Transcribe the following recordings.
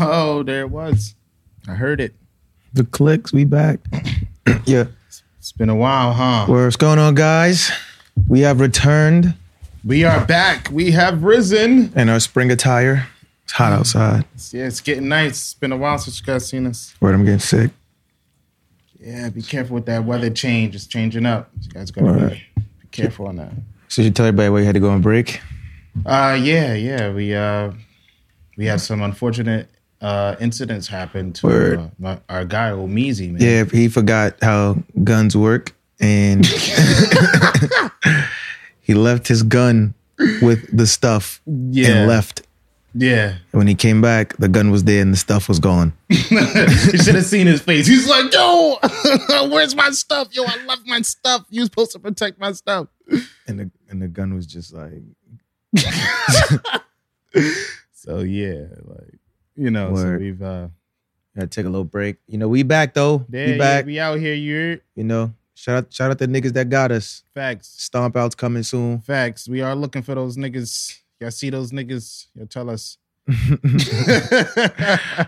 Oh, there it was. I heard it. The clicks, we back. yeah. It's been a while, huh? What's going on, guys? We have returned We are back. We have risen. in our spring attire. It's hot outside. It's- yeah, it's getting nice. It's been a while since you guys seen us. Word, I'm getting sick. Yeah, be careful with that weather change. It's changing up. You guys gotta be, Alright. be careful on that. So you tell everybody why you had to go on break? Uh yeah, yeah. We uh we had some unfortunate uh incidents happen Word. to uh, my, our guy Omizi, man. Yeah, he forgot how guns work and he left his gun with the stuff Yeah. and left. Yeah. And When he came back, the gun was there and the stuff was gone. you should have seen his face. He's like, yo, where's my stuff? Yo, I love my stuff. you supposed to protect my stuff. And the, and the gun was just like, So yeah, like you know, so Word. we've uh gotta take a little break. You know, we back though. yeah, we back. yeah, we out here. You're you know, shout out, shout out the niggas that got us. facts, Stomp outs coming soon. facts. We are looking for those niggas. Y'all see those niggas? Y'all tell us.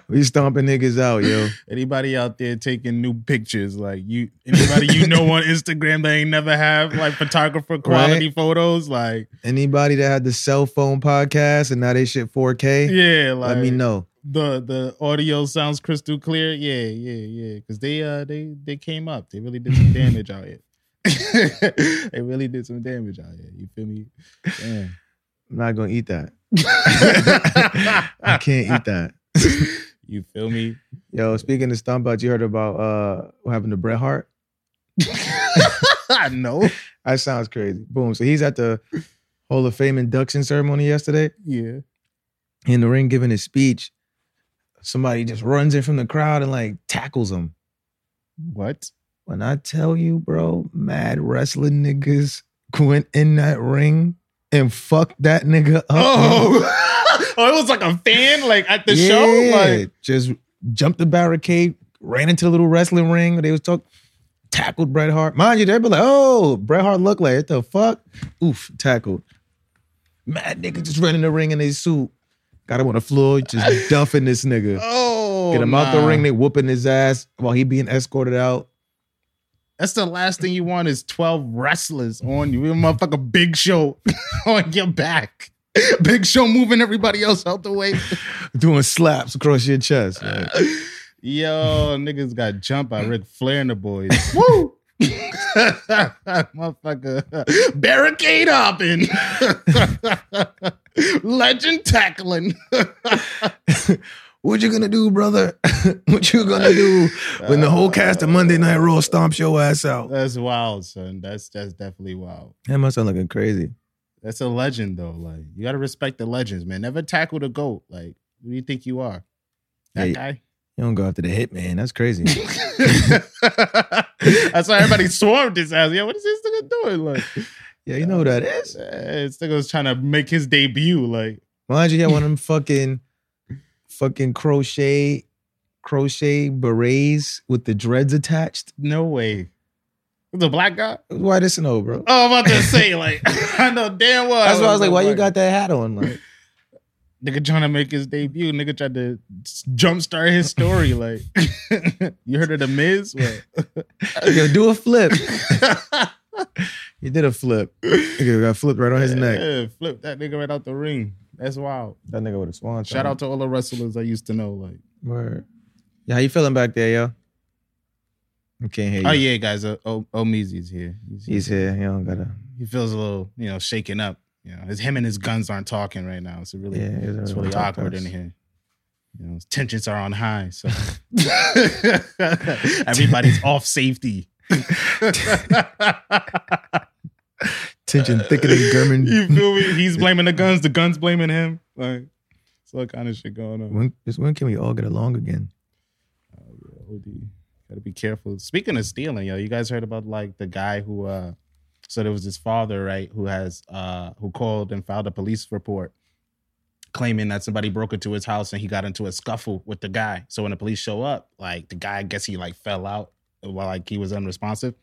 we stomping niggas out, yo. anybody out there taking new pictures? Like you, anybody you know on Instagram that ain't never have like photographer quality photos? Like Anybody that had the cell phone podcast and now they shit 4K, yeah, like let me know. the the audio sounds crystal clear. Yeah, yeah, yeah. Because they uh they they came up. They really did some damage out here. they really did some damage out here. You feel me? Damn. I'm not gonna eat that. I can't eat that. You feel me? Yo, speaking of stomp outs, you heard about uh what happened to Bret Hart? I know. That sounds crazy. Boom. So he's at the Hall of Fame induction ceremony yesterday. Yeah. in the ring giving his speech, somebody just runs in from the crowd and like tackles him. What? When I tell you, bro, mad wrestling niggas went in that ring and fucked that nigga up. Oh. oh, it was like a fan, like at the Yeah, show. Like just jumped the barricade, ran into the little wrestling ring. They was talk, tackled Bret Hart. Mind you, they'd be like, "Oh, Bret Hart looked like it. The fuck, oof, tackled." Mad nigga just ran in the ring in his suit, got him on the floor, just duffing this nigga. oh Get him out the nah. ring. They whooping his ass while he being escorted out. That's the last thing you want is 12 wrestlers on you. You motherfucker big show on your back. Big show moving everybody else out the way. Doing slaps across your chest. Uh, Like, Yo, niggas got jumped by Ric Flair and the boys. Woo! Motherfucker. Barricade hopping. Legend tackling. what you gonna do, brother? what you gonna do when the whole cast of Monday Night Raw stomps your ass out? That's wild, son. That's that's definitely wild. That must sound looking crazy. That's a legend though. Like you gotta respect the legends, man. Never tackle the goat. Like, who do you think you are? That Hey. guy? You don't go after the hit man. That's crazy. That's why everybody swarmed his ass. Yo, what is this nigga doing? Like, yeah, you know who that is. eh, this nigga was trying to make his debut. Like, Mind you, yeah, one of them fucking fucking crochet crochet berets with the dreads attached. no way. The black guy? Why this no, bro? Oh, I'm about to say, like, I know damn well. That's why I was like, why you Black got that hat on? Like, Nigga trying to make his debut. Nigga tried to s- jumpstart his story. Like, you heard of The Miz? What? yo, do a flip. He did a flip. Nigga got flipped right on his neck. Yeah, flip that nigga right out the ring. That's wild. That nigga with a swan. Shout out to all the wrestlers I used to know. Like, Word. Yeah, how you feeling back there, yo? I can't hear you. oh yeah, guys, uh, o- Omizi's here. He's here. He's here. You don't gotta. he feels a little, you know, shaken up. You know, his him and his guns aren't talking right now. It's really, Yeah, it's it's really really talk to awkward in us. here. You know, his tensions are on high, so everybody's off safety. Tension thickening, You German. feel me? He's blaming the guns. The guns blaming him. Like, it's all kind of shit going on. When, just when can we all get along again? Oh, OD. Gotta be careful. Speaking of stealing, yo, you guys heard about like the guy who uh so there was his father, right, who has uh who called and filed a police report claiming that somebody broke into his house and he got into a scuffle with the guy. So when the police show up, like the guy I guess he like fell out while like he was unresponsive.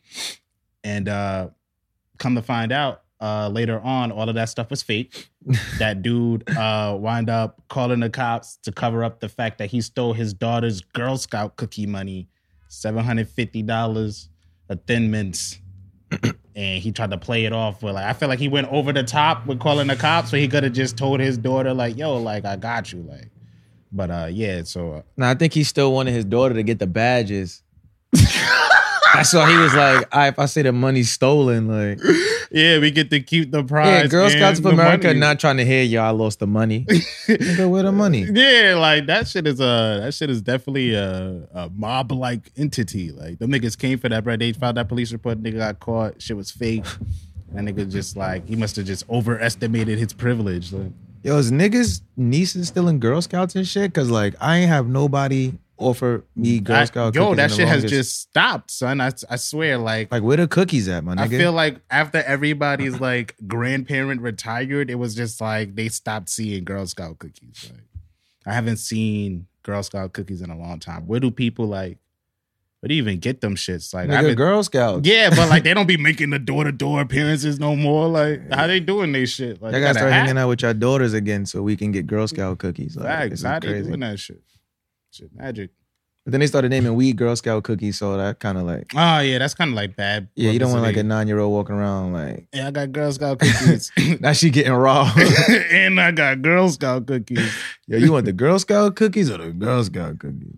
And uh come to find out, uh, later on, all of that stuff was fake. that dude uh, wind up calling the cops to cover up the fact that he stole his daughter's Girl Scout cookie money, seven hundred fifty dollars, a thin mints, and he tried to play it off. But like, I feel like he went over the top with calling the cops, so he could have just told his daughter like, "Yo, like I got you," like. But uh, yeah, so uh, No, I think he still wanted his daughter to get the badges. That's why he was like, "All right, if I say the money's stolen, like, yeah, we get to keep the prize. yeah, Girl Scouts of and the America money. not trying to hear y'all lost the money. Nigga, where the money? Yeah, like that shit is a that shit is definitely a, a mob like entity. Like them niggas came for that, bro. They filed that police report. Nigga got caught. Shit was fake. And that nigga just like he must have just overestimated his privilege. Like, Yo, is niggas nieces still in Girl Scouts and shit? Cause like I ain't have nobody offer me Girl I- Scout. cookies yo, in that the shit has longest. just stopped, son. I, I swear, like. like where the cookies at, my nigga? I feel like after everybody's like grandparent retired, it was just like they stopped seeing Girl Scout cookies. Like, I haven't seen Girl Scout cookies in a long time. Where do people like? Where do you even get them shits? Like, I've nigga, been- Girl Scouts. Yeah, but like they don't be making the door to door appearances no more. Like how they doing they shit? Like I gotta got start a hanging hat? out with your daughters again so we can get Girl Scout cookies. Like, Facts. this is How they crazy. doing that shit? Shit, magic. But then they started naming weed Girl Scout cookies, so that kind of like Oh yeah, that's kind of like bad. yeah, you don't want like a publicity. nine year old walking around like Yeah, I got Girl Scout cookies, now she getting raw. and I got Girl Scout cookies. Yo, you want the Girl Scout cookies or the Girl Scout cookies?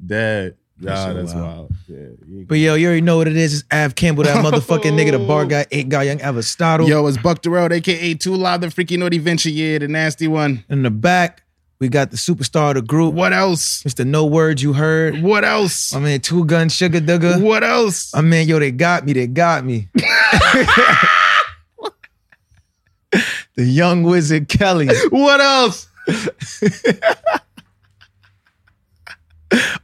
That That nah, shit that's wild. wild. Yeah, you- But yo, you already know what it is. It's Av Campbell, that motherfucking nigga, the bar guy, eight guy, young Aristotle. Oh. Yo, it's Buck Darrell, aka Too Loud, the freaky naughty venture. Yeah, the nasty one. In the back, we got the superstar of the group, What else? Mr. No Words You Heard. What else? I mean, Two Gun Sugar Dugger. What else? I mean, yo, they got me. They got me. the young wizard Kelly. What else?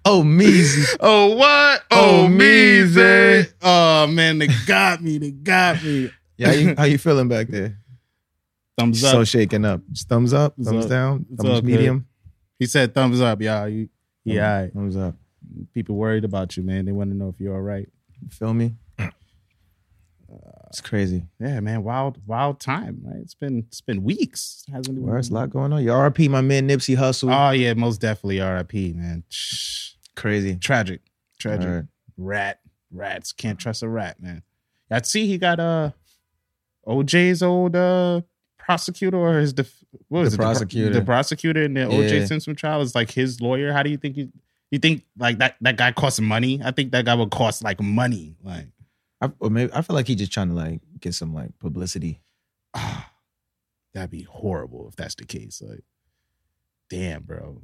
Oh, Meezy. Oh what? Oh, me, Zay. Oh man, they got me. They got me. Yeah, how you, how you feeling back there? Thumbs up. So shaken up. Just thumbs up, It's thumbs up. down, It's thumbs all good. medium. he said thumbs up, y'all. You, yeah, all right. Thumbs up. people worried about you, man. They want to know if you're all right. You feel me? It's crazy. Yeah, man. Wild, wild time. Right? It's been it's been weeks. Hasn't it? There's a lot going on. Yo, RP, my man Nipsey Hustle. Oh yeah, most definitely. R.I.P. Man. Shh. crazy. Tragic, tragic. All right. Rat, rats can't trust a rat, man. I see he got uh OJ's old uh prosecutor or his def- what was The it? The pro- prosecutor. the, prosecutor in the Yeah. OJ Simpson trial is like his lawyer. How do you think you you think like that that guy costs money? I think that guy would cost like money. Like I, or maybe I feel like he's just trying to like get some like publicity. ah, that'd be horrible if that's the case. Like, damn, bro.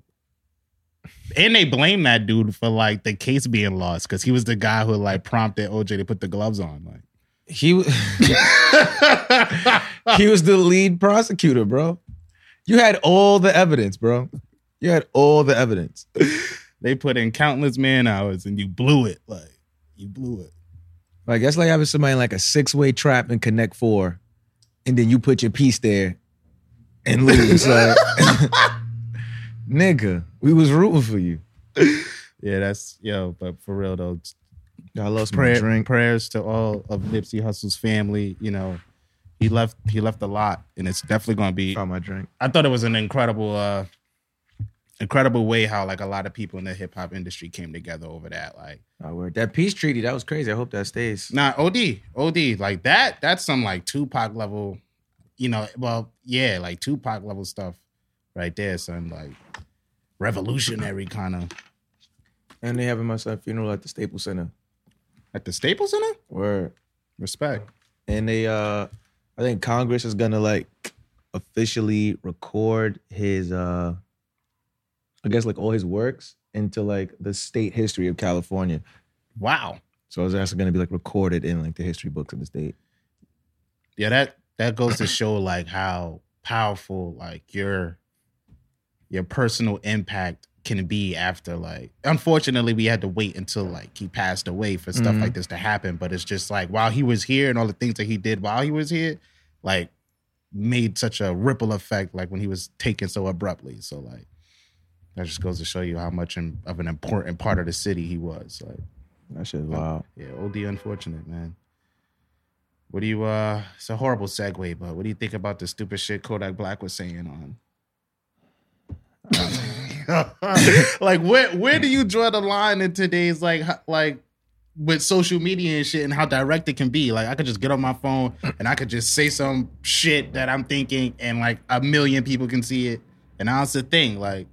And they blame that dude for like the case being lost because he was the guy who like prompted OJ to put the gloves on. Like. He w- he was the lead prosecutor, bro. You had all the evidence, bro. You had all the evidence. they put in countless man hours and you blew it. Like you blew it. Like that's like having somebody in, like a six way trap and connect four, and then you put your piece there and lose. like, nigga, we was rooting for you. Yeah, that's yo. But for real though, I lost my prayer, drink. prayers to all of Nipsey Hussle's family. You know, he left. He left a lot, and it's definitely going to be. Found my drink. I thought it was an incredible, uh incredible way how like a lot of people in the hip hop industry came together over that. Like, I word. That peace treaty, that was crazy. I hope that stays. nah, OD, OD, like that. That's some like Tupac level. You know, well, yeah, like Tupac level stuff, right there, son. Like revolutionary kind of. And they having my son funeral at the Staples Center. At the Staples Center? Word. Respect. and they uh i think congress is gonna like officially record his uh i guess like all his works into like the state history of california Wow. so it's actually gonna be like recorded in like the history books of the state Yeah, that that goes to show like how powerful like your your personal impact can be after like unfortunately we had to wait until like he passed away for stuff Mhm. like this to happen. But it's just like while he was here and all the things that he did while he was here, like made such a ripple effect like when he was taken so abruptly. So like that just goes to show you how much in, of an important part of the city he was. Like that shit is wild Yeah, OD unfortunate, man. What do you? uh It's a horrible segue, but what do you think about the stupid shit Kodak Black was saying on? like where where do you draw the line in today's like ho- like with social media and shit and how direct it can be like i could just get on my phone and i could just say some shit that i'm thinking and like a million people can see it and that's the thing like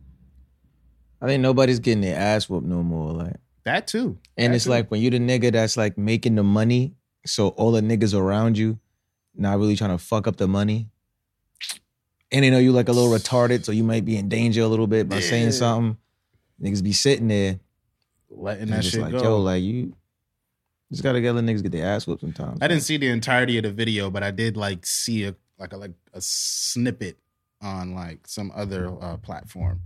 I think nobody's getting their ass whooped no more. Like, that too and it's Absolutely. like when you the nigga that's like making the money, so all the niggas around you not really trying to fuck up the money, and they know you like a little retarded, so you might be in danger a little bit by Yeah. saying something. Niggas be sitting there letting and that just shit like, go yo, like you just gotta get let niggas get their ass whooped sometimes. I didn't see the entirety of the video, but I did like see a like a like a snippet on like some other uh platform.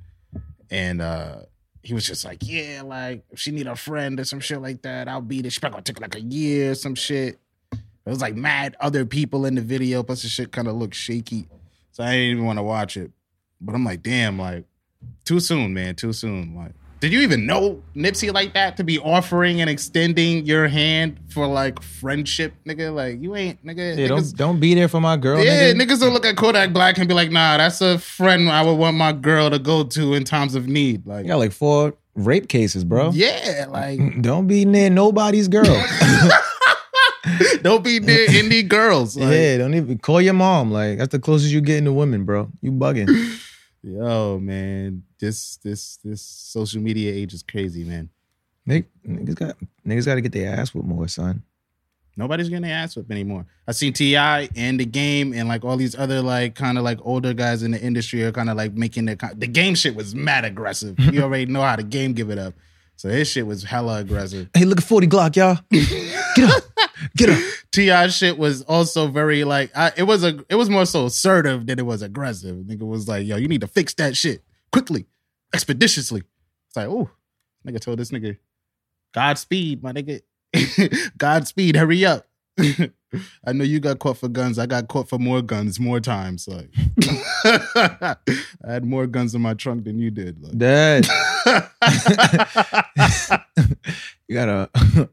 And uh he was just like, Yeah, like if she need a friend or some shit like that, I'll be there. She probably gonna take like a year or some shit. It was like mad other people in the video, plus the shit kind of looked shaky. So I didn't even want to watch it. But I'm like, damn, like too soon, man, too soon. Like, did you even know Nipsey like that to be offering and extending your hand for like friendship, nigga? Like, you ain't, nigga. Yeah, niggas, don't don't be there for my girl. yeah, nigga. niggas don't look at Kodak Black and be like, nah, that's a friend I would want my girl to go to in times of need. Like, You got like four rape cases, bro. yeah, like, Don't be near nobody's girl. don't be near indie girls. Like, yeah, don't even call your mom. Like that's the closest you getting to women, bro. You bugging. Yo, man, this this this social media age is crazy, man. Nig- niggas got niggas got to get their ass with more, son. Nobody's getting their ass whipped anymore. I seen Ti and the game and like all these other like kind of like older guys in the industry are kind of like making their con- the game shit was mad aggressive. you already know how the game give it up, so his shit was hella aggressive. Hey, look at forty Glock, y'all. Get up, get up. Ti shit was also very like I, it was a it was more so assertive than it was aggressive. I think it was like yo, you need to fix that shit quickly, expeditiously. It's like oh, nigga told this nigga, Godspeed, my nigga, Godspeed, hurry up. I know you got caught for guns. I got caught for more guns, more times. Like I had more guns in my trunk than you did. Like. Dad, you gotta.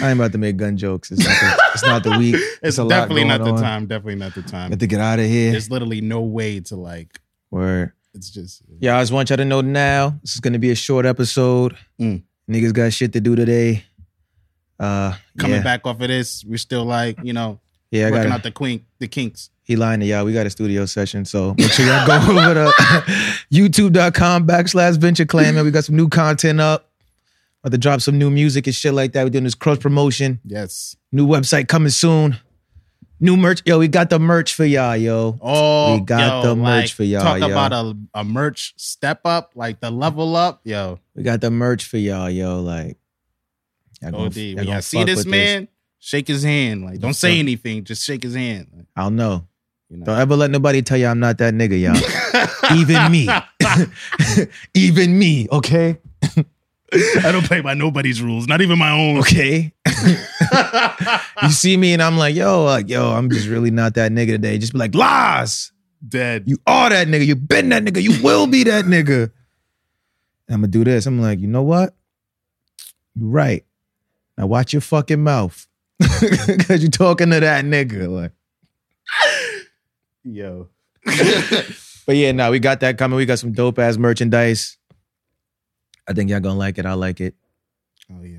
I ain't about to make gun jokes. It's not the, it's not the week. It's It's a lot definitely not the going on. time. Definitely not the time. Got to get out of here. There's literally no way to like. Word. It's just Yeah, I just want y'all to know now. This is gonna be a short episode. Mm. Niggas got shit to do today. Uh, coming yeah. back off of this, we're still like, you know, Yeah, I working got out the quink, the kinks. He lying to y'all. We got a studio session, so make sure y'all go over to youtube.com backslash venture clan. Man, we got some new content up. About to drop some new music and shit like that. We're doing this cross promotion. Yes. New website coming soon. New merch. Yo, we got the merch for y'all, yo. Oh, We got yo, the merch like, for y'all, Talk yo. about a, a merch step up, like the level up, yo. We got the merch for y'all, yo. Like, y'all gonna- Od, y'all when gonna y'all see fuck this with man, shake his hand. Like, don't say Fuck. anything, just shake his hand. Like, I don't know. you know. Don't ever let nobody tell you I'm not that nigga, y'all. Even me. Even me, okay? I don't play by nobody's rules, not even my own. Okay. you see me and I'm like, yo, like, yo, I'm just really not that nigga today. Just be like, lies. Dead. You are that nigga. You've been that nigga. You will be that nigga. And I'm gonna do this. I'm like, you know what? You're right. Now watch your fucking mouth. Cause you talking to that nigga. Like, yo. but yeah, now we got that coming. We got some dope ass merchandise. I think y'all gonna like it. I like it. Oh, yeah.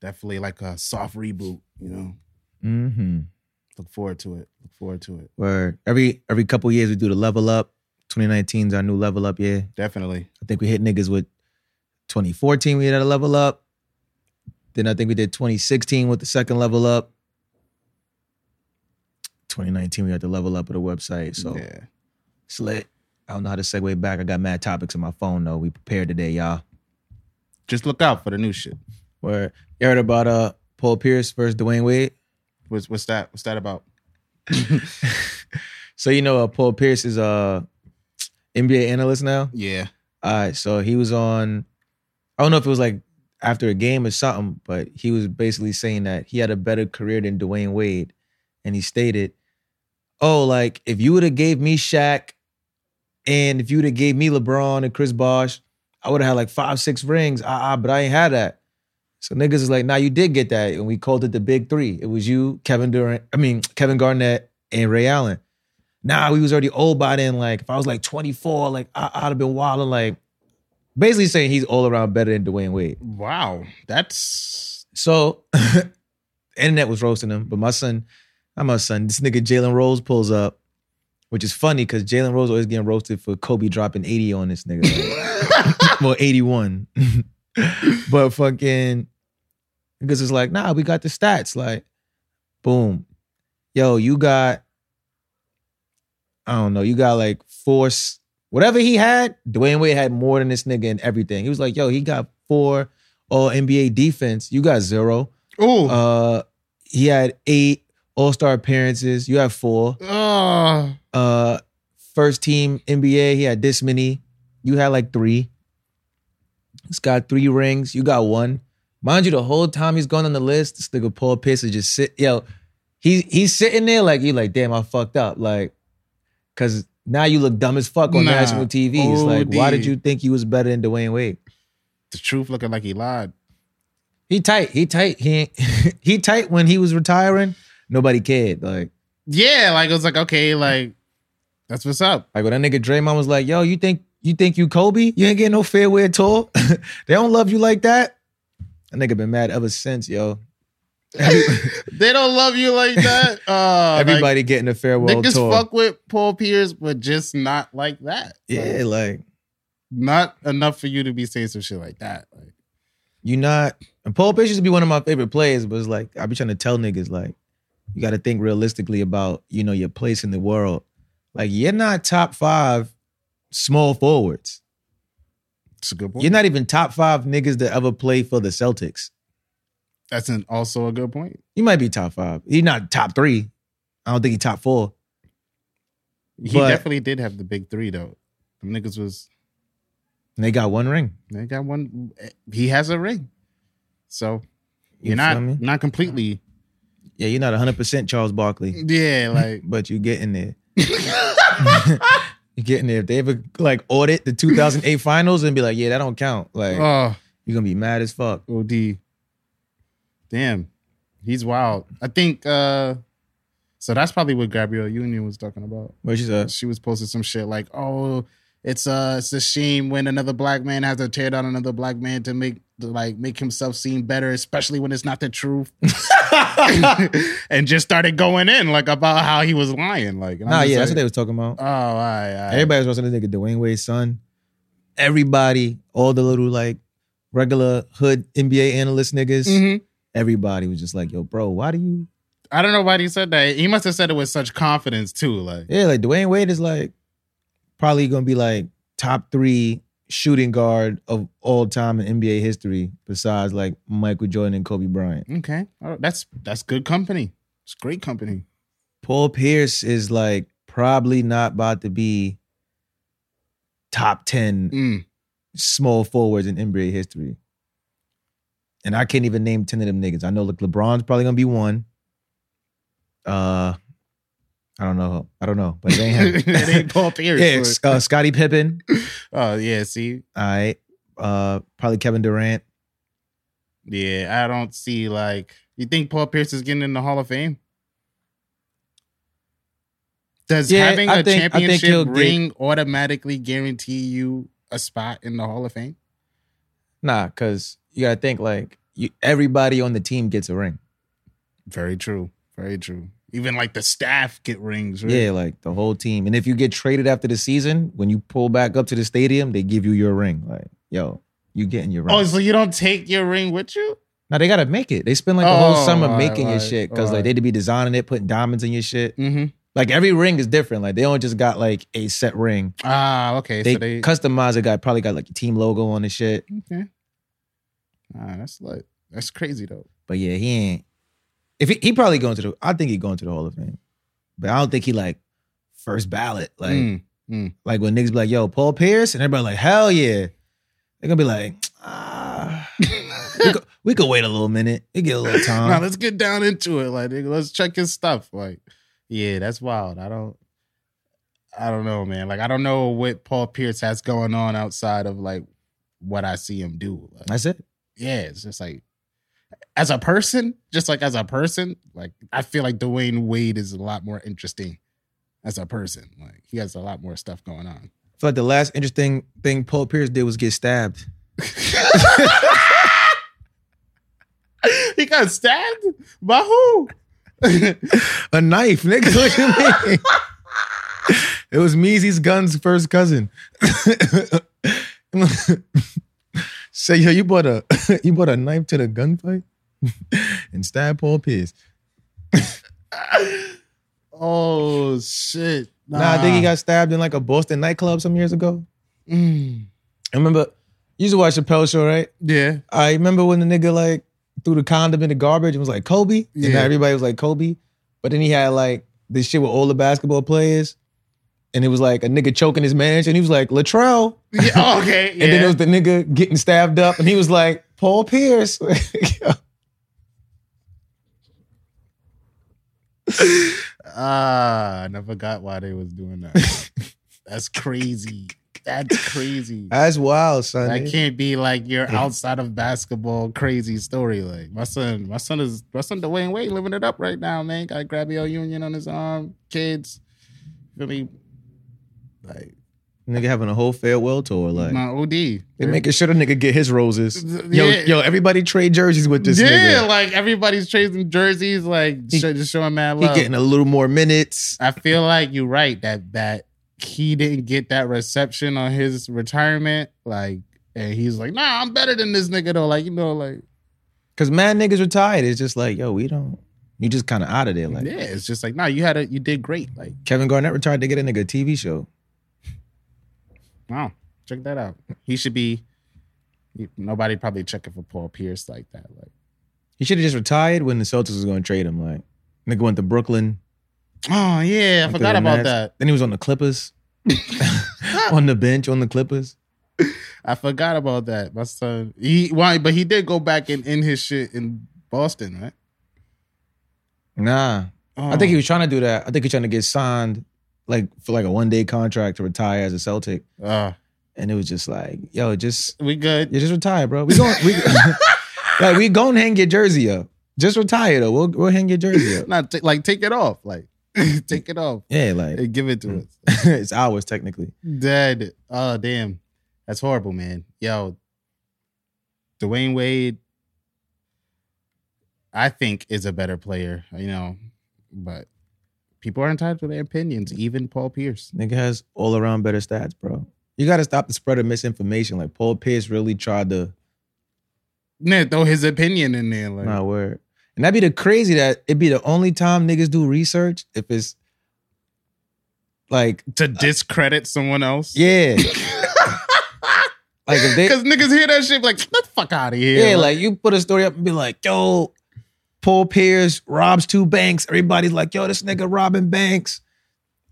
Definitely like a soft reboot, you know. Mm-hmm. Look forward to it. Look forward to it. Where every every couple years we do the level up. 2019's our new level up year. Definitely. I think we hit niggas with 2014. We had a level up. Then I think we did 2016 with the second level up. 2019 we had the level up of the website. So slit. yeah. it's lit. I don't know how to segue back. I got mad topics on my phone though. We prepared today, y'all. Just look out for the new shit. Where you heard about uh Paul Pierce versus Dwayne Wade? What's what's that? What's that about? So you know uh, Paul Pierce is uh, a NBA analyst now. Yeah. All right, so he was on. I don't know if it was like after a game or something, but he was basically saying that he had a better career than Dwayne Wade, and he stated, "Oh, like if you would have gave me Shaq, and if you would have gave me LeBron and Chris Bosh, I would have had like five, six rings. Ah, ah, but I ain't had that. So niggas is like, nah, you did get that. And we called it the big three. It was you, Kevin Durant, I mean, Kevin Garnett and Ray Allen. Nah, we was already old by then. Like, if I was like 24, like I, I'd have been wilding, like basically saying he's all around better than Dwayne Wade. Wow, that's So the internet was roasting him, but my son, not my son, this nigga Jalen Rose pulls up, which is funny because Jalen Rose always getting roasted for Kobe dropping 80 on this nigga. well, 81. but fucking because it's like, nah, we got the stats. Like, boom. Yo, you got, I don't know, you got like force. Whatever he had, Dwayne Wade had more than this nigga in everything. He was like, yo, he got four all NBA defense. You got zero. oh, Uh he had eight all-star appearances. You have four. uh, Uh first team NBA, he had this many. You had like three. He's got three rings. You got one. Mind you, the whole time he's going on the list, this nigga Paul Pierce is just sit. Yo, he he's sitting there like you like, damn, I fucked up. Like, cause now you look dumb as fuck on Nah. national TV. It's like, why OD. did you think you was better than Dwayne Wade? the truth looking like he lied. He tight. He tight. He ain't- he tight when he was retiring. Nobody cared. Like Yeah, like it was like okay, like that's what's up. like when that nigga Draymond was like, "Yo, you think you think you Kobe? You ain't getting no fair wear at all. they don't love you like that." That nigga been mad ever since, yo. They don't love you like that. Uh, like, Everybody getting a farewell niggas tour. fuck with Paul Pierce, but just not like that. yeah, Like, like not enough for you to be saying some shit like that. Like, you not. And Paul Pierce used to be one of my favorite players, but it's like I be trying to tell niggas like, you got to think realistically about you know your place in the world. Like you're not top five small forwards. it's a good point. You're not even top five niggas that ever played for the Celtics. that's an, also a good point. You might be top five. He's not top three. I don't think he top four. He But- definitely did have the big three though. Them niggas was And they got one ring. they got one. He has a ring, so You you're not feel me? not completely. Yeah, you're not 100% Charles Barkley, Yeah, like but you get in there. you get in there. If they ever like audit the 2008 finals and be like, yeah, that don't count. Like, oh. you're going to be mad as fuck. OD. Damn, he's wild. I think uh so that's probably what Gabrielle Union was talking about. Which is a, She was posting some shit like, "Oh, it's uh it's a shame when another black man has to tear down another black man to make to like make himself seem better, especially when it's not the truth." and just started going in like about how he was lying like. and I'm nah, just yeah, that's what like, they was talking about. Oh, all right, all right. Everybody was watching this nigga Dwayne Wade's son. Everybody, all the little like regular hood NBA analyst niggas, Mhm. everybody was just like, yo, bro, why do you I don't know why he said that. He must have said it with such confidence too. Like, Yeah, like Dwayne Wade is like probably gonna be like top three shooting guard of all time in NBA history, besides like Michael Jordan and Kobe Bryant. Okay, All right. that's that's good company. It's great company. Paul Pierce is like probably not about to be top ten Mm. small forwards in NBA history. And I can't even name ten of them niggas. I know like LeBron's probably gonna be one. Uh I don't know. I don't know, but it ain't him. it ain't Paul Pierce. yeah, like- uh, Scottie Pippen. oh yeah, see, All right. Uh, probably Kevin Durant. yeah, I don't see like you think Paul Pierce is getting in the Hall of Fame. Does Yeah, having I a think- I think he'll championship get- ring automatically guarantee you a spot in the Hall of Fame? Nah, because you gotta think like you, everybody on the team gets a ring. Very true. Very true. Even like the staff get rings. Right? Yeah, like the whole team. And if you get traded after the season, when you pull back up to the stadium, they give you your ring. Like, yo, you getting your ring. Oh, so you don't take your ring with you? now they gotta make it. They spend like the whole Oh, summer alright, making your alright, shit because alright. like they'd be designing it, putting diamonds in your shit. Mm-hmm. Like every ring is different. Like they don't just got like a set ring. Ah, okay. They, so they customize it. Got probably got like a team logo on the shit. Okay. Ah, that's like that's crazy though. But yeah, he ain't. If he, he probably going to the, I think he going to the Hall of Fame, but I don't think he like first ballot. Like Mm. like when niggas be like, "Yo, Paul Pierce," and everybody like, "Hell yeah," they're gonna be like, ah, we, could, we could wait a little minute. We get a little now time. let's get down into it. Like, nigga, let's check his stuff. Like, yeah, that's wild. I don't, I don't know, man. Like, I don't know what Paul Pierce has going on outside of like what I see him do. Like, That's it. yeah, it's just like as a person, just like as a person, like I feel like Dwayne Wade is a lot more interesting as a person. Like he has a lot more stuff going on. I feel like the last interesting thing Paul Pierce did was get stabbed. he got stabbed by who? A knife, nigga. What you mean? it was Measy's gun's first cousin. Say, yo, you bought a you bought a knife to the gunfight and stabbed Paul Pierce. oh shit! Nah. I think he got stabbed in like a Boston nightclub some years ago. Mm. I remember you used to watch Chappelle show, right? Yeah, I remember when the nigga like threw the condom in the garbage and was like Kobe, and Yeah. everybody was like Kobe. But then he had like this shit with all the basketball players, and it was like a nigga choking his manager, and he was like Latrell, yeah. oh, okay. Yeah. and then it was the nigga getting stabbed up, and he was like Paul Pierce. Yo, ah, I never got why they was doing that. That's crazy. That's crazy. That's wild, son. That can't be like your outside of basketball crazy story. Like my son, my son is my son Dwayne Wade living it up right now, man. Got Grabio Union on his arm, kids. Feel me? Like nigga having a whole farewell tour, like my OD. they making sure the nigga get his roses. Yo, Yeah. yo, everybody trade jerseys with this yeah, nigga. like everybody's trading jerseys, like He- sho- just showing mad He love. getting a little more minutes. I feel like you're right that that he didn't get that reception on his retirement, like, and he's like, nah, I'm better than this nigga though. Like you know, like Cause mad niggas retired. It's just like, yo, we don't. You just kind of out of there, like. yeah, it's just like, nah, you had a you did great, like. Kevin Garnett retired to get a nigga a TV show. Wow, check that out. He should be. Nobody probably checking for Paul Pierce like that. Like, He should have just retired when the Celtics was going to trade him. Like, nigga went to Brooklyn. oh yeah, I went to forgot the about Nets. that. Then he was on the Clippers, on the bench on the Clippers. I forgot about that. My son, he why? But he did go back and end his shit in Boston, right? Nah, Oh. I think he was trying to do that. I think he's trying to get signed, like for like a one day contract to retire as a Celtic. Uh, And it was just like, yo, just we good. you just retire, bro. We going we like we going to hang your jersey up. Just retire though. We'll we'll hang your jersey up. Not ta- like take it off. Like take it off Yeah, like and give it Mm. to us. it's ours technically. Dead. Oh damn, that's horrible, man. Yo, Dwayne Wade, I think is a better player. You know, but people are entitled to their opinions. Even Paul Pierce. Nigga has all around better stats, bro. You got to stop the spread of misinformation. Like Paul Pierce really tried to Nah, throw his opinion in there. Like, not word, and that'd be the crazy that it'd be the only time niggas do research if it's like to discredit someone else. yeah, like if they Because niggas hear that shit like, get the fuck out of here. yeah, like you put a story up and be like yo, Paul Pierce robs two banks. Everybody's like yo, this nigga robbing banks.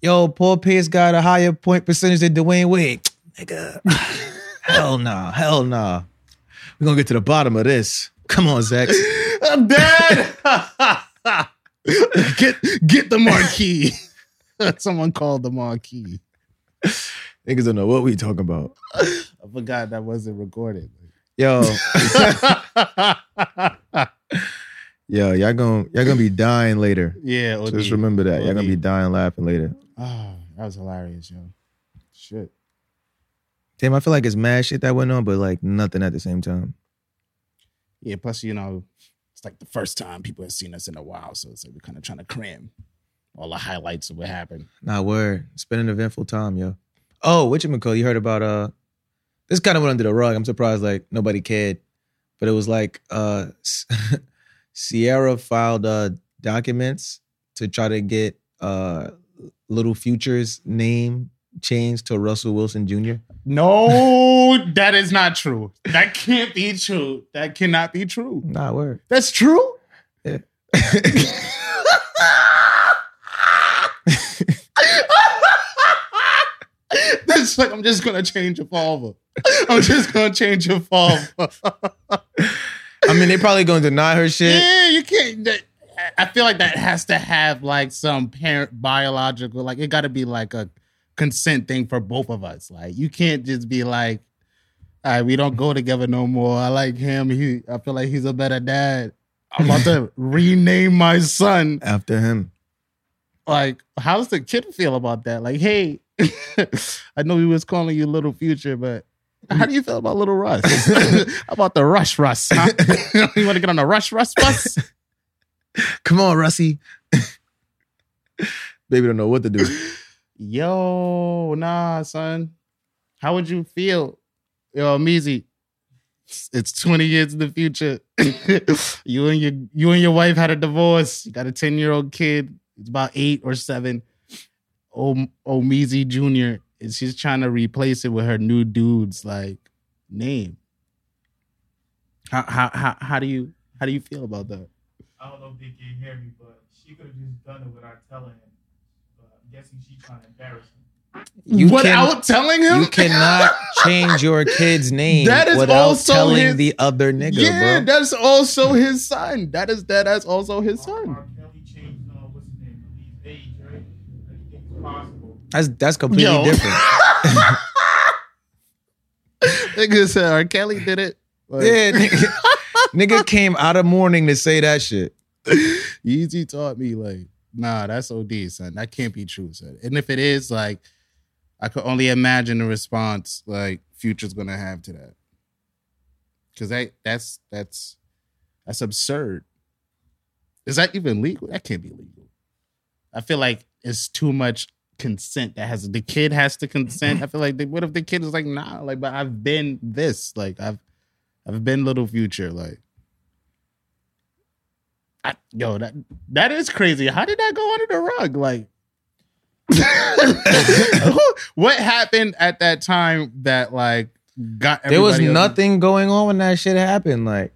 Yo, Paul Pierce got a higher point percentage than Dwayne Wade. Nigga, hell nah, hell nah. We're gonna get to the bottom of this. Come on, Zach. I'm dead. Uh, get get the marquee. someone called the marquee. Niggas don't know what we talking about. I forgot that wasn't recorded. Yo, yo, y'all gonna y'all gonna be dying later. yeah, OD. Just remember that. Y'all gonna be Indeed. dying laughing later. Ah, that was hilarious, yo. Shit. Damn, I feel like it's mad shit that went on, but like nothing at the same time. Yeah. Plus, you know, it's like the first time people have seen us in a while, so it's like we're kind of trying to cram all the highlights of what happened. Nah, word. It's been an eventful time, yo. Oh, what you You heard about uh this kind of went under the rug. I'm surprised like nobody cared. But it was like uh Sierra filed uh documents to try to get uh Little Future's name changed to Russell Wilson Jr. No, that is not true. That can't be true. That cannot be true. Nah, word. That's true. Yeah. That's like I'm just gonna change your father. I'm just gonna change your father. I mean, they probably gonna deny her shit. yeah, you can't. That, I feel like that has to have like some parent biological. Like it got to be like a consent thing for both of us. Like you can't just be like, all right, we don't go together no more. I like him. He, I feel like he's a better dad. I'm about to rename my son. after him. Like, how does the kid feel about that? Like, hey, I know he was calling you Little Future, but how do you feel about Little Russ? how about the Rush Russ? huh? you want to get on the Rush Russ bus? Come on, Russie. Baby don't know what to do. Yo, nah, son. How would you feel? Yo, Meezy, it's- it's 20 years in the future. you and your you and your wife had a divorce. You got a 10-year-old kid. It's about eight or seven. Oh, oh Meezy Jr. And she's trying to replace it with her new dude's like name. How how how, how do you how do you feel about that? I don't know if they can hear me, but she could have just done it without telling him. But I'm guessing she's trying to embarrass him. You Without telling him? You cannot change your kid's name That is without also telling his- the other nigga, yeah, bro. that's also his son. That is that. That's also his R. son. R. Kelly changed, uh, what's his name, Lee's age, right? Anything's possible. That's that's completely Yo. different. Nigga said R. Kelly did it. Like, yeah, nigga, nigga came out of mourning to say that shit. Yeezy taught me like, nah, that's OD, son. That can't be true, son. And if it is, like, I could only imagine the response like Future's gonna have to that. Cause that that's that's that's absurd. Is that even legal? That can't be legal. I feel like it's too much consent that has the kid has to consent. I feel like they, what if the kid is like, nah, like, but I've been this, like I've I've been little future, like. I, yo, that that is crazy. How did that go under the rug? Like, who- what happened at that time that like got There was everybody- nothing going on when that shit happened. Like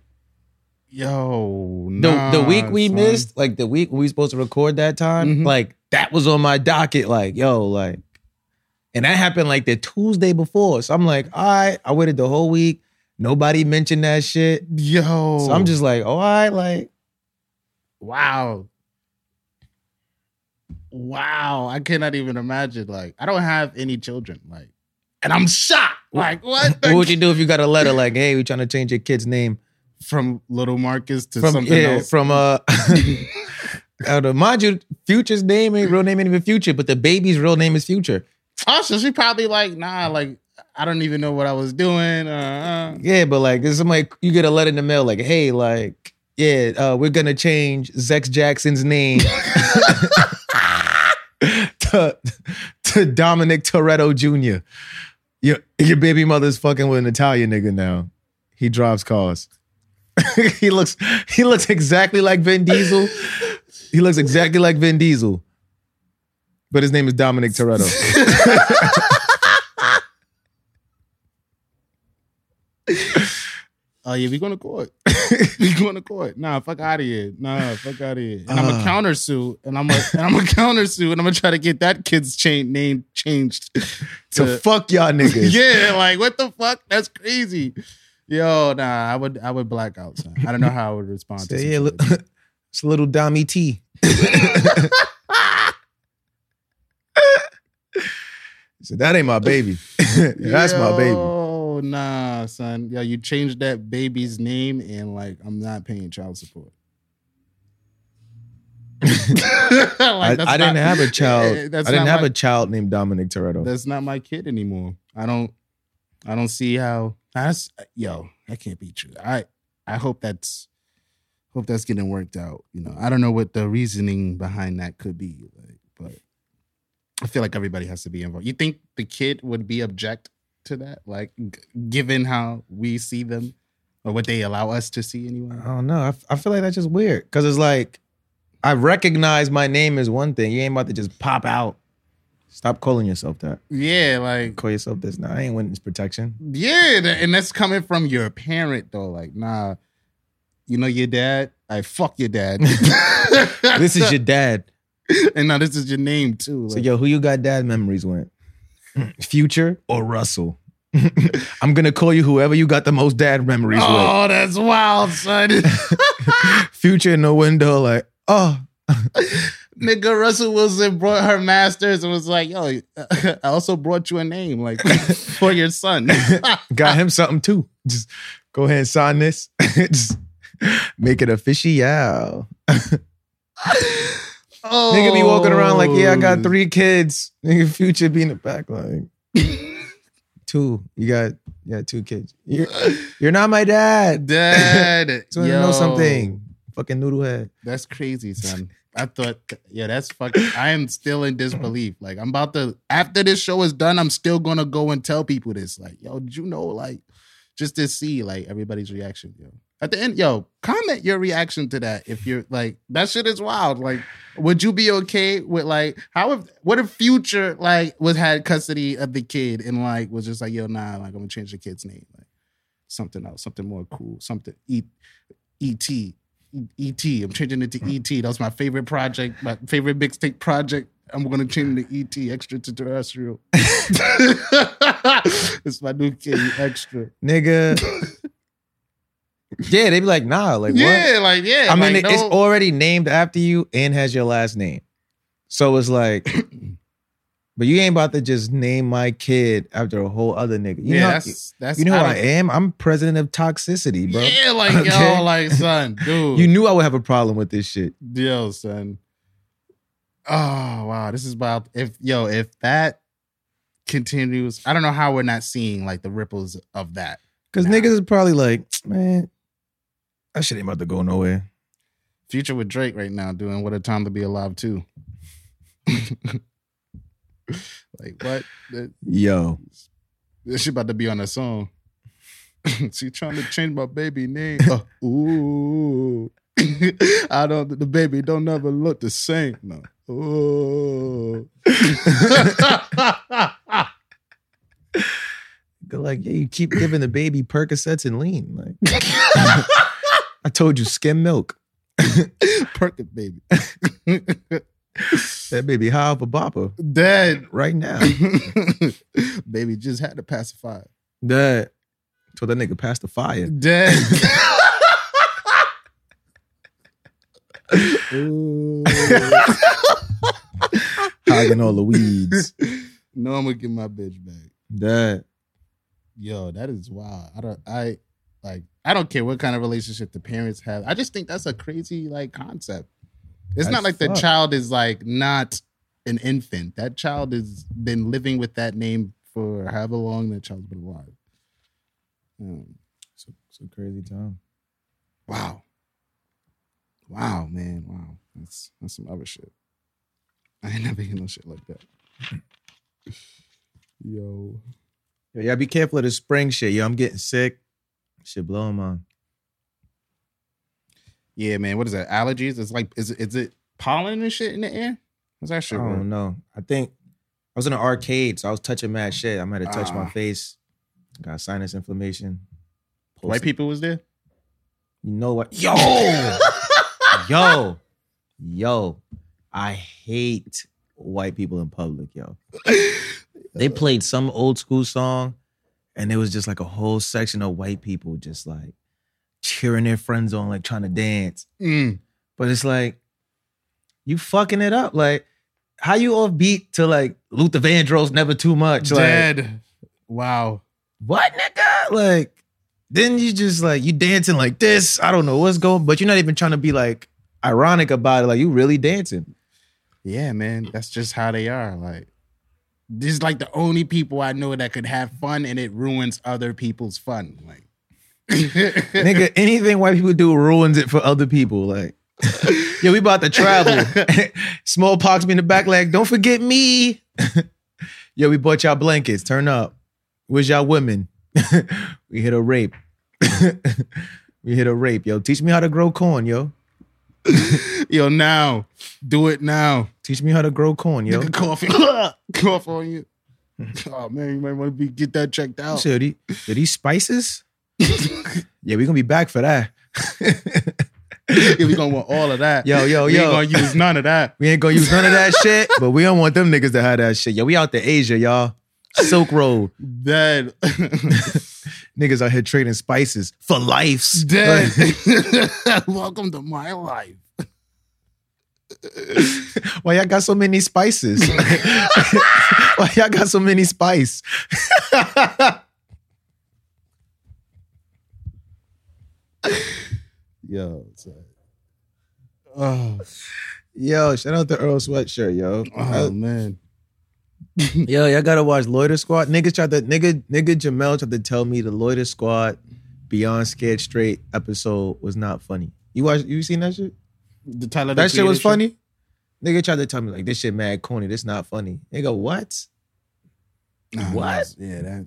Yo, the nah, the week we son. missed, like the week we supposed to record that time, Mhm. like that was on my docket. Like yo, like, and that happened like the Tuesday before. So I'm like, all right, I waited the whole week. Nobody mentioned that shit. Yo, So I'm just like, all right, like Wow. Wow. I cannot even imagine. Like, I don't have any children. Like, and I'm shocked. Like, what? the- what would you do if you got a letter like, hey, we trying to change your kid's name From little Marcus to from something yeah, else. from uh, I don't know. mind you, Future's name ain't real name ain't even Future, but the baby's real name is Future. Also, she probably like, nah, like, I don't even know what I was doing. Uh, uh. Yeah, but like this is like you get a letter in the mail like, hey, like yeah, uh, we're gonna change Zex Jackson's name to, to Dominic Toretto Jr. Your your baby mother's fucking with an Italian nigga now. He drives cars. he looks he looks exactly like Vin Diesel. He looks exactly like Vin Diesel. But his name is Dominic Toretto. Oh, yeah, we going to court. we going to court. Nah, fuck out of here. Nah, fuck out of here. And I'm a Ah. counter sue, and I'm a and I'm a counter sue, and I'm gonna try to get that kid's chain name changed So to fuck y'all niggas. yeah, like what the fuck? That's crazy. Yo, nah, I would I would black out, son. I don't know how I would respond So to yeah, look, situations. it's a little Dommy T. so that ain't my baby. That's my baby. Yo, nah, son. Yo, you changed that baby's name and like I'm not paying child support. Like, I, that's I didn't not- have a child. Eh, eh, I That's didn't not have my, a child named Dominic Toretto. that's not my kid anymore. I don't I don't see how that's yo, that can't be true. I I hope that's hope that's getting worked out. You know, I don't know what the reasoning behind that could be, like, but I feel like everybody has to be involved. You think the kid would be object to that? Like g- given how we see them or what they allow us to see anyway? I don't know. I, f- I feel like that's just weird because it's like I recognize my name is one thing. You ain't about to just pop out. Stop calling yourself that. Yeah, like Call yourself this. Nah, I ain't winning this protection. Yeah, tha- and that's coming from your parent though. Like, nah, you know your dad. I fuck your dad. This is your dad. and now this is your name too. So Like, yo, who you got dad memories with? Future or Russell? I'm gonna call you whoever you got the most dad memories oh, that's wild, son. Ah. with. Future in the window, like, oh, Nigga Russell Wilson brought her masters and was like, "Yo, I also brought you a name like for your son." Got him something too. Just go ahead and sign this. Just make it official. oh, Nigga be walking around like, yeah, I got three kids. Nigga, future be in the back like, two. You got, you got two kids. You're, you're not my dad. Dad, Just want to know something. Fucking noodle head. That's crazy, son. I thought, yeah, that's fucking. I am still in disbelief. Like, I'm about to, after this show is done, I'm still gonna go and tell people this. Like, yo, did you know, like, just to see, like, everybody's reaction, yo. At the end, yo, comment your reaction to that. If you're like, that shit is wild. Like, would you be okay with, like, how if, what if future, like, was had custody of the kid and, like, was just like, yo, nah, like, I'm gonna change the kid's name. Like, something else, something more cool, something, E- E.T. ET. E I'm changing it to ET. That was my favorite project, my favorite mixtape project. I'm gonna change it to ET, extraterrestrial. it's my new kid, extra. Nigga. yeah, they be like, nah, like what? yeah, like yeah. I mean, like, it's no- already named after you and has your last name. So it's like, but you ain't about to just name my kid after a whole other nigga. You yeah, know, that's that's. you know who I don't- am? I'm president of toxicity, bro. Yeah, like Okay. yo, like son, dude, You knew I would have a problem with this shit. yo, son. Oh wow, this is about if yo if that continues. I don't know how we're not seeing like the ripples of that. Because Nah. niggas is probably like, man, that shit ain't about to go nowhere. Future with Drake right now doing What a Time to Be Alive too. like what? That- Yo. This shit about to be on a song. she trying to change my baby name. Oh, ooh. I don't the baby don't never look the same. No. Ooh. They're like, yeah, you keep giving the baby Percocets and lean. Like, I told you, skim milk. Perfect baby. That baby high off a bopper Dad. right now. baby just had to pacify. That told that nigga pass the fire. Dead. Ooh. Hogging all the weeds. no, I'm gonna get my bitch back. That Yo, that is wild. I don't. I like. I don't care what kind of relationship the parents have. I just think that's a crazy like concept. It's not That's like the fucked. child is like not an infant. That child has been living with that name for however long that child's been alive. Um, so, so crazy time. Wow. Wow, man. Wow. That's that's some other shit. I ain't never hear no shit like that. Yo. Yo, y'all be careful of the spring shit. Yo, I'm getting sick. Shit blowing my Yeah, man. What is that? Allergies? It's like is it, is it pollen and shit in the air? What's that I shit? don't work? know. I think I was in an arcade, so I was touching mad shit. I might have touched my Ah. face. Got sinus inflammation. White people was there? You know what? Yo, yo, yo. I hate white people in public, yo. They played some old school song, and it was just like a whole section of white people just like cheering their friends on, like trying to dance. Mm. But it's like, you fucking it up. Like, how you off beat to like Luther Vandross never too much? Like, Dead. Wow. what nigga? Like, then you just like you dancing like this. I don't know what's going, but you're not even trying to be like ironic about it. Like you really dancing. Yeah, man. That's just how they are. Like this is like the only people I know that could have fun and it ruins other people's fun. Like Nigga, anything white people do ruins it for other people. Like, yo, we about to travel. Smallpox me in the back, like, don't forget me. yo, we bought y'all blankets. Turn up. Where's y'all women? we hit a rape. we hit a rape. Yo, teach me how to grow corn, yo. Yo, now. Do it now. Teach me how to grow corn, yo. Nigga cough, cough on you. Oh man, you might want to be get that checked out. Shit, are these, are these spices? yeah, we gonna be back for that. Yeah, we gonna want all of that. Yo, yo, we yo. ain't gonna use none of that. We ain't gonna use none of that shit, but we don't want them niggas to have that shit. Yo, we out to Asia, y'all. Silk Road. Dead, Niggas out here trading spices for lives. dead. Welcome to my life. Why y'all got so many spices? Why y'all got so many spice? Yo, it's like, oh, Yo, shout out to Earl Sweatshirt, yo. oh man. Yo, y'all gotta watch Loiter Squad. Niggas tried to nigga nigga Jamel tried to tell me the Loiter Squad Beyond Scared Straight episode was not funny. You watch you seen that shit? The Tyler the That shit was Creator funny. Nigga tried to tell me like this shit mad corny. This not funny. Nigga, what? Nah, What? Yeah, that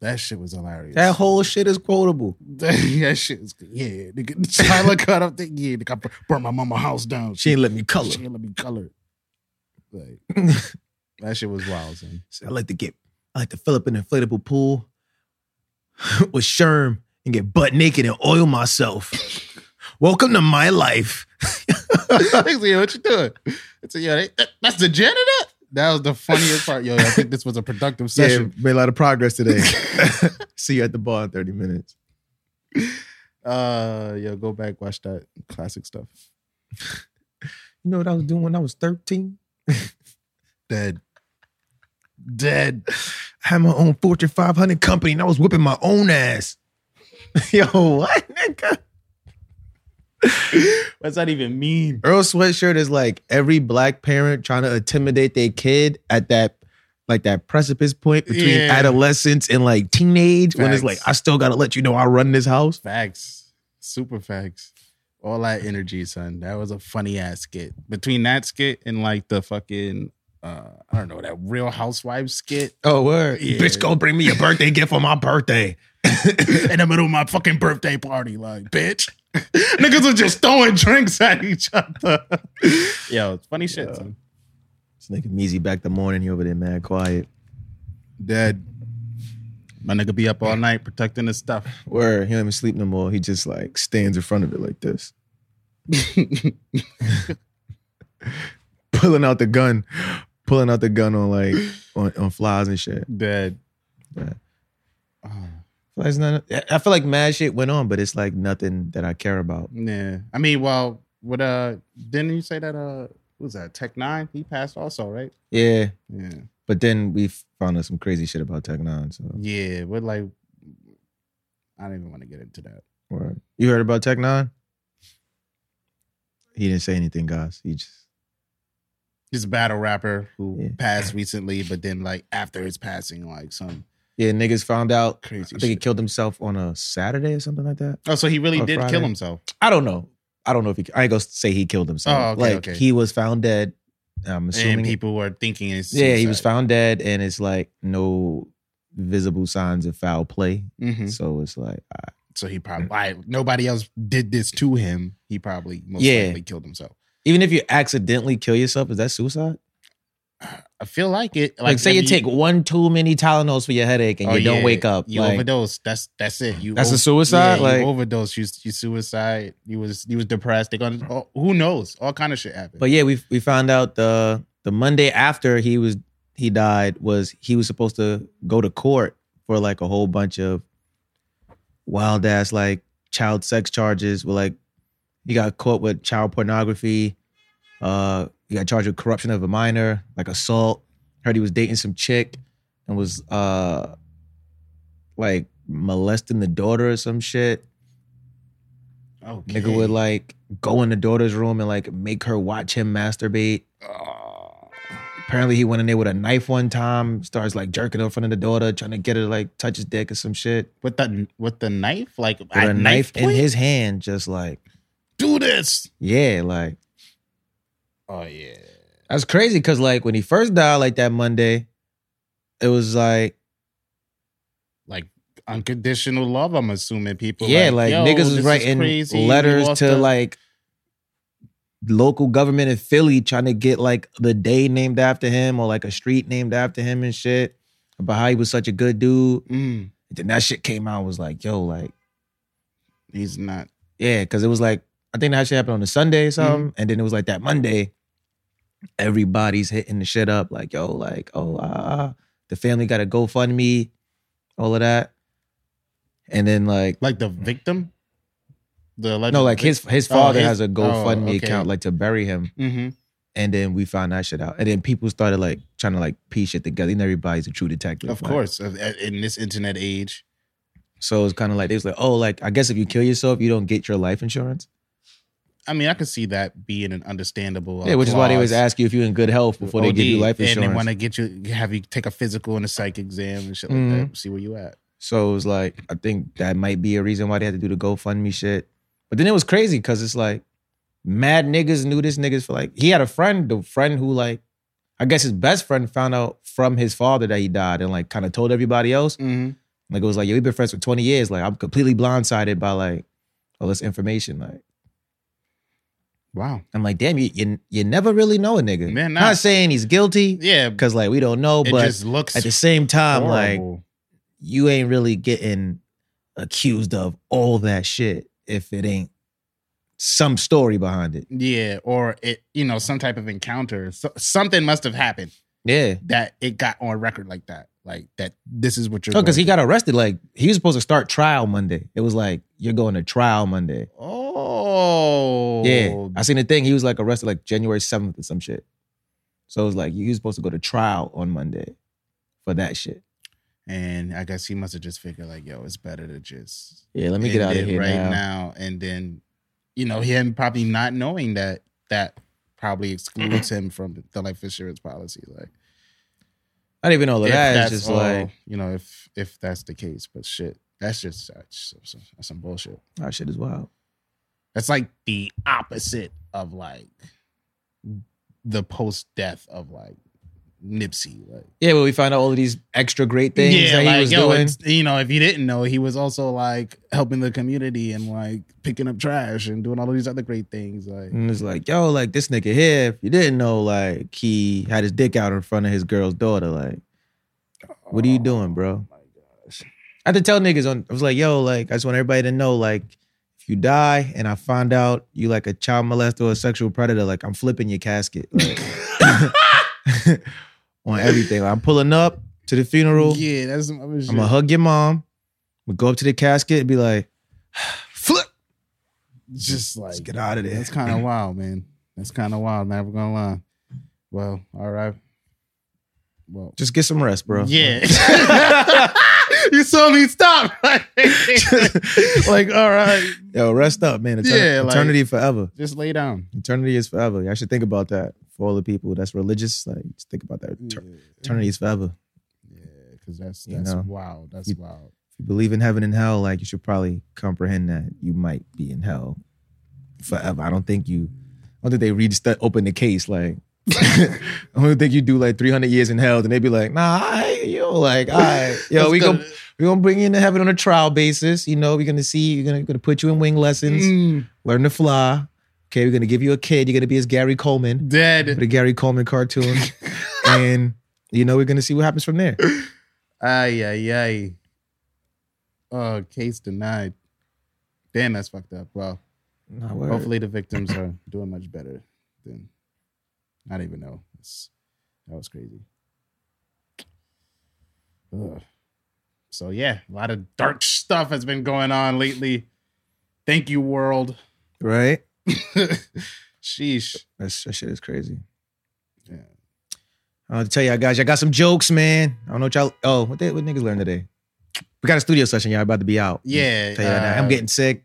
that shit was hilarious. That whole shit is quotable. that shit was yeah. Nigga, Tyler cut up the yeah. Nigga, I bur- burnt my mama house down. She ain't let me color. She ain't let me color. Like that shit was wild, son. So I like to get I like to fill up an inflatable pool with Sherm and get butt naked and oil myself. Welcome to my life. Niggas, yo, what you doing? It's a, yo, they, that- that's the janitor. That was the funniest part, yo. I think this was a productive session. made a lot of progress today. See you at the bar in 30 minutes. Uh, yo, go back watch that classic stuff. You know what I was doing when I was 13? Dead, dead. I had my own Fortune 500 company and I was whipping my own ass. Yo, what, nigga? What's that even mean? Earl Sweatshirt is like every black parent trying to intimidate their kid at that like that precipice point between Yeah. adolescence and like teenage when it's like Facts. I still gotta let you know I run this house. Facts, super facts. All that energy, son. That was a funny ass skit. Between that skit and like the fucking, uh, I don't know, that Real Housewives skit Oh word. Yeah. Bitch go bring me a birthday gift for my birthday. in the middle of my fucking birthday party, like bitch. Niggas was just throwing drinks at each other. Yo, it's funny shit, son. This nigga Measy back the morning, he over there mad quiet. Dead. My nigga be up all night protecting his stuff. Word, he don't even sleep no more. He just like stands in front of it like this. pulling out the gun. Pulling out the gun on like on, on flies and shit. Dead. Right. Ah, Well, it's not- I feel like mad shit went on, but it's like nothing that I care about. yeah. I mean, well, what uh didn't you say that uh what was that Tech Nine? He passed also, right? Yeah. Yeah. But then we found out some crazy shit about Tech Nine. So Yeah. We're like I don't even want to get into that. Word. you heard about Tech Nine? He didn't say anything, guys. He just He's a battle rapper who Yeah. passed recently, but then like after his passing, like some yeah, niggas found out. I crazy think he shit. killed himself on a Saturday or something like that. Oh, so he really Oh, did Friday. kill himself. I don't know. I don't know if he. I ain't gonna say he killed himself. Oh, okay, like okay. he was found dead. I'm and assuming. people were thinking it's yeah, he was suicide. found dead, and it's like no visible signs of foul play. Mhm. So it's like So he probably why nobody else did this to him. He probably most Yeah. likely killed himself. Even if you accidentally kill yourself, is that suicide? I feel like it. Like, say if you, take one too many Tylenols for your headache and oh, you don't yeah, wake up. You like, overdose. That's that's it. You that's ov- a suicide. yeah, like, you overdose. You you suicide. You was you was depressed. They gonna oh, who knows? All kind of shit happened. but yeah, we we found out the the Monday after he was he died was he was supposed to go to court for like a whole bunch of wild ass like child sex charges. With like, he got caught with child pornography. Uh, he got charged with corruption of a minor, like assault. Heard he was dating some chick and was uh like molesting the daughter or some shit. okay. Nigga would like go in the daughter's room and like make her watch him masturbate. Oh. Apparently, he went in there with a knife one time, starts like jerking in front of the daughter, trying to get her to like touch his dick or some shit. with the with the knife like With a knife, in his hand, just like, do this. yeah, like Oh yeah. that's crazy. Cause like when he first died, like that Monday, it was like, Like unconditional love. I'm assuming people. yeah, like, yo, niggas this was is writing crazy. We letters lost to a- like local government in Philly trying to get like the day named after him or like a street named after him and shit about how he was such a good dude. Mm, Then that shit came out was like, yo, like, he's not. yeah, because it was like, I think that shit happened on a Sunday Mm-hmm. or something. And then it was like that Monday, everybody's hitting the shit up, like, yo, like, oh, ah, the family got a GoFundMe, all of that. And then like, Like the victim? The alleged Mm. No, like his his Oh, father his- has a oh, GoFundMe okay. account, like to bury him. hmm And then we found that shit out. And then people started like trying to like piece shit together. You know, everybody's a true detective. Of like. course, of- in this internet age. So it's kind of like they was like, oh, like I guess if you kill yourself, you don't get your life insurance. I mean, I could see that being an understandable. uh, yeah, which is why they always clause. ask you if you're in good health before they give you OD, life insurance. Mm-hmm. And they want to get you, have you take a physical and a psych exam and shit like that. See where you at. So it was like, I think that might be a reason why they had to do the GoFundMe shit. But then it was crazy because it's like mad niggas knew this niggas for like he had a friend, the friend who like I guess his best friend found out from his father that he died and like kind of told everybody else. Mm-hmm. Like it was like, yo, we've been friends for 20 years. Like I'm completely blindsided by like all this information. Like Wow. I'm like, damn, you you, you never really know a nigga. Man, nah. not saying he's guilty, Yeah, because like we don't know, it but just looks at the same time, like horrible. you ain't really getting accused of all that shit if it ain't some story behind it. yeah, or it, you know, some type of encounter. So, something must have happened Yeah. that it got on record like that. Like that. This is what you're. Oh, because he going got arrested. Like he was supposed to start trial Monday. It was like you're going to trial Monday. through. Oh. Yeah, I seen the thing. He was like arrested like January seventh or some shit. So it was like he was supposed to go to trial on Monday for that shit. And I guess he must have just figured like, yo, it's better to just Yeah, let me get end out of it here right now. now. And then, you know, him probably not knowing that that probably excludes him from the life insurance policy. Like, I didn't even know all of if that. It's that's just all, like you know, if if that's the case, but shit, that's just such that's some, that's some bullshit. oh shit is wild. That's like the opposite of like the post death of like Nipsey. Like, Yeah, but we found out all of these extra great things that he was doing. it's- you know, if you didn't know, he was also like helping the community and like picking up trash and doing all of these other great things. Like, And it's like, yo, like this nigga here, if you didn't know, like he had his dick out in front of his girl's daughter. Like, what are Oh. you doing, bro? my gosh. I had to tell niggas on I was like, yo, like, I just want everybody to know, like, if you die and I find out you like a child molester or a sexual predator, like I'm flipping your casket. Like, on everything. Like, I'm pulling up to the funeral. Yeah, that's some other shit. I'm gonna hug your mom. We go up to the casket and be like, flip. just like Let's get out of there. That's kind of wild, man. That's kind of wild. Never gonna lie. Well, all right. Well, Just get some rest, bro. yeah. you saw me stop. like, all right, Yo, rest up, man. Etern- Yeah, like- eternity forever. just lay down. Eternity is forever. Y'all should think about that for all the people that's religious. Like, just think about that. Yeah, Eter- Eternity is forever. because that's You that's know. wild. That's You- wild. If you believe in heaven and hell, like you should probably comprehend that you might be in hell forever. I don't think you. I don't think they read stu- open the case like. I don't think you do like 300 years in hell, then they be like, nah, I, yo, like, all right, yo, Let's we go gonna we gonna bring you into heaven on a trial basis. You know, we're gonna see, you're gonna, gonna put you in wing lessons, Mm, learn to fly. Okay, we're gonna give you a kid. You're gonna be as Gary Coleman. dead. the Gary Coleman cartoon, and you know we're gonna see what happens from there. Ay ay ay. Oh, case denied. Damn, that's fucked up. Wow. Hopefully, the victims are doing much better than. I don't even know. It's, that was crazy. Ugh. So yeah, a lot of dark stuff has been going on lately. Thank you, world. right? Sheesh. That's, that shit is crazy. Yeah. I want to tell y'all guys, y'all got some jokes, man. I don't know what y'all. Oh, what they, what niggas learned today? We got a studio session. Y'all about to be out. Yeah. Tell y'all that. uh, I'm getting sick.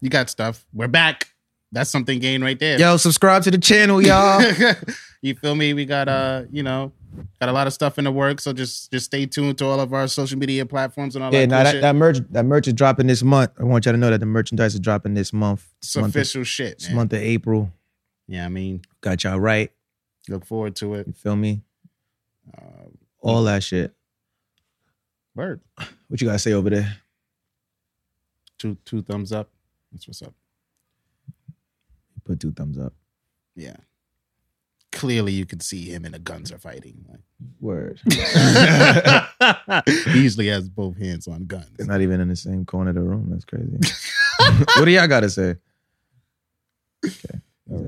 You got stuff. We're back. That's something gained right there. Yo, subscribe to the channel, y'all. you feel me? We got uh, you know, got a lot of stuff in the work. So just just stay tuned to all of our social media platforms and all yeah, that. now cool that, shit. that merch that merch is dropping this month. I want y'all to know that the merchandise is dropping this month. This it's month, of, official shit. this man. month of April. Yeah, I mean, Got y'all right. look forward to it. You feel me? Uh, All that shit. word, What you gotta say over there? two two thumbs up. That's what's up. Put two thumbs up. Yeah, clearly you can see him and the guns are fighting. Word. Like, he usually has both hands on guns. It's not even in the same corner of the room. That's crazy. what do y'all gotta say? All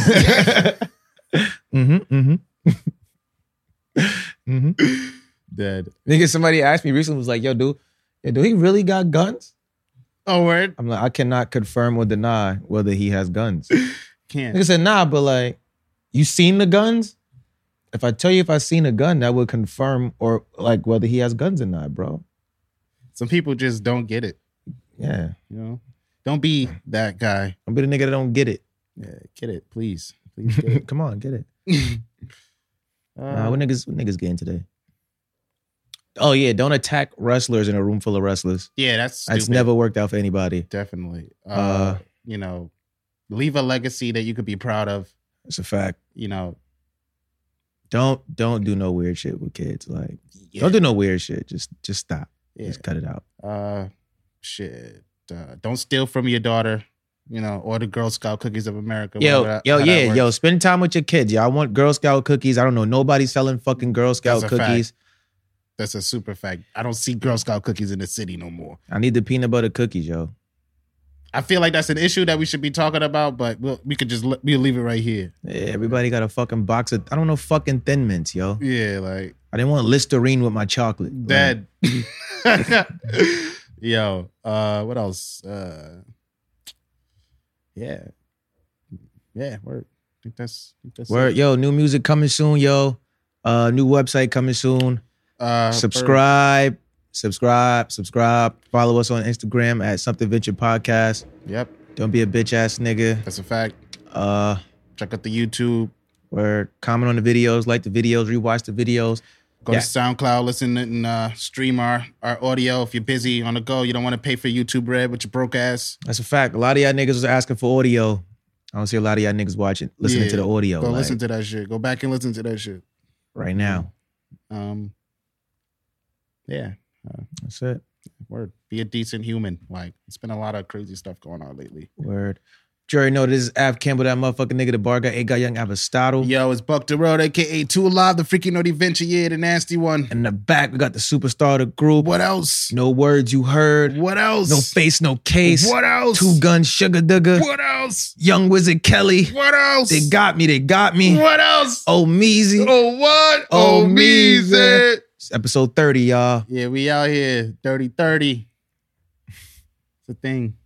right. Mm-hmm. Mm-hmm. mm-hmm. Dead. Nigga, somebody asked me recently was like, yo, dude, yo, do he really got guns? Oh, word. I'm like, I cannot confirm or deny whether he has guns. Nigga Can't. said, nah, but like, you seen the guns? If I tell you if I seen a gun, that would confirm or like whether he has guns or not, bro. Some people just don't get it. Yeah. You know, don't be that guy. Don't be the nigga that don't get it. Yeah, get it, please. Please get it. Come on, get it. Uh, Nah, what niggas what niggas getting today? Oh yeah, don't attack wrestlers in a room full of wrestlers. yeah, that's That's stupid. never worked out for anybody. definitely. Uh, Uh, you know, leave a legacy that you could be proud of. It's a fact. You know, Don't don't do no weird shit with kids. Like yeah, don't do no weird shit. Just just stop. yeah. Just cut it out. Uh, shit. Uh, don't steal from your daughter. You know, or the Girl Scout cookies of America. Yo, whatever that- yo, how that yeah, works. yo, spend time with your kids. Yo, I want Girl Scout cookies. I don't know. Nobody selling fucking Girl Scout That's a fact. cookies. That's a super fact. I don't see Girl Scout cookies in the city no more. I need the peanut butter cookies, yo. I feel like that's an issue that we should be talking about, but we'll, we could just we leave it right here. Yeah, everybody got a fucking box of I don't know fucking thin mints, yo. Yeah, like I didn't want Listerine with my chocolate. Like, that. Yo, uh, what else? Uh, yeah, yeah, word. I think that's. I think that's Word, it. yo, new music coming soon, yo. Uh, new website coming soon. Uh, word. subscribe, subscribe, subscribe. Follow us on Instagram at Something Venture Podcast. Yep, Don't be a bitch ass nigga. that's a fact. Uh, Check out the YouTube. where comment on the videos, like the videos, rewatch the videos. Go Yeah. to SoundCloud, listen and uh, stream our, our audio. If you're busy on the go, you don't want to pay for YouTube Red with your broke ass. That's a fact. A lot of y'all niggas was asking for audio. I don't see a lot of y'all niggas watching, listening to Yeah. the audio Go like, listen to that shit. Go back and listen to that shit. right now. Um, yeah, That's it. word. Be a decent human. Like it's been a lot of crazy stuff going on lately. Word. Jerry, know this is Av Campbell, that motherfucking nigga, the bar guy, A guy Young Avastado. Yo, it's Buck the Road, aka Two Alive, the freaking Naughty Venture. Yeah, the nasty one. And in the back, we got the superstar of the group. What else? No words you heard. What else? No face, no case. What else? Two gun sugar digger. What else? Young Wizard Kelly. What else? They got me. They got me. What else? Oh Meezy. Oh what? Oh, Oh, me, me, Zed. It's episode 30, y'all. Yeah, we out here. Dirty 30. It's a thing.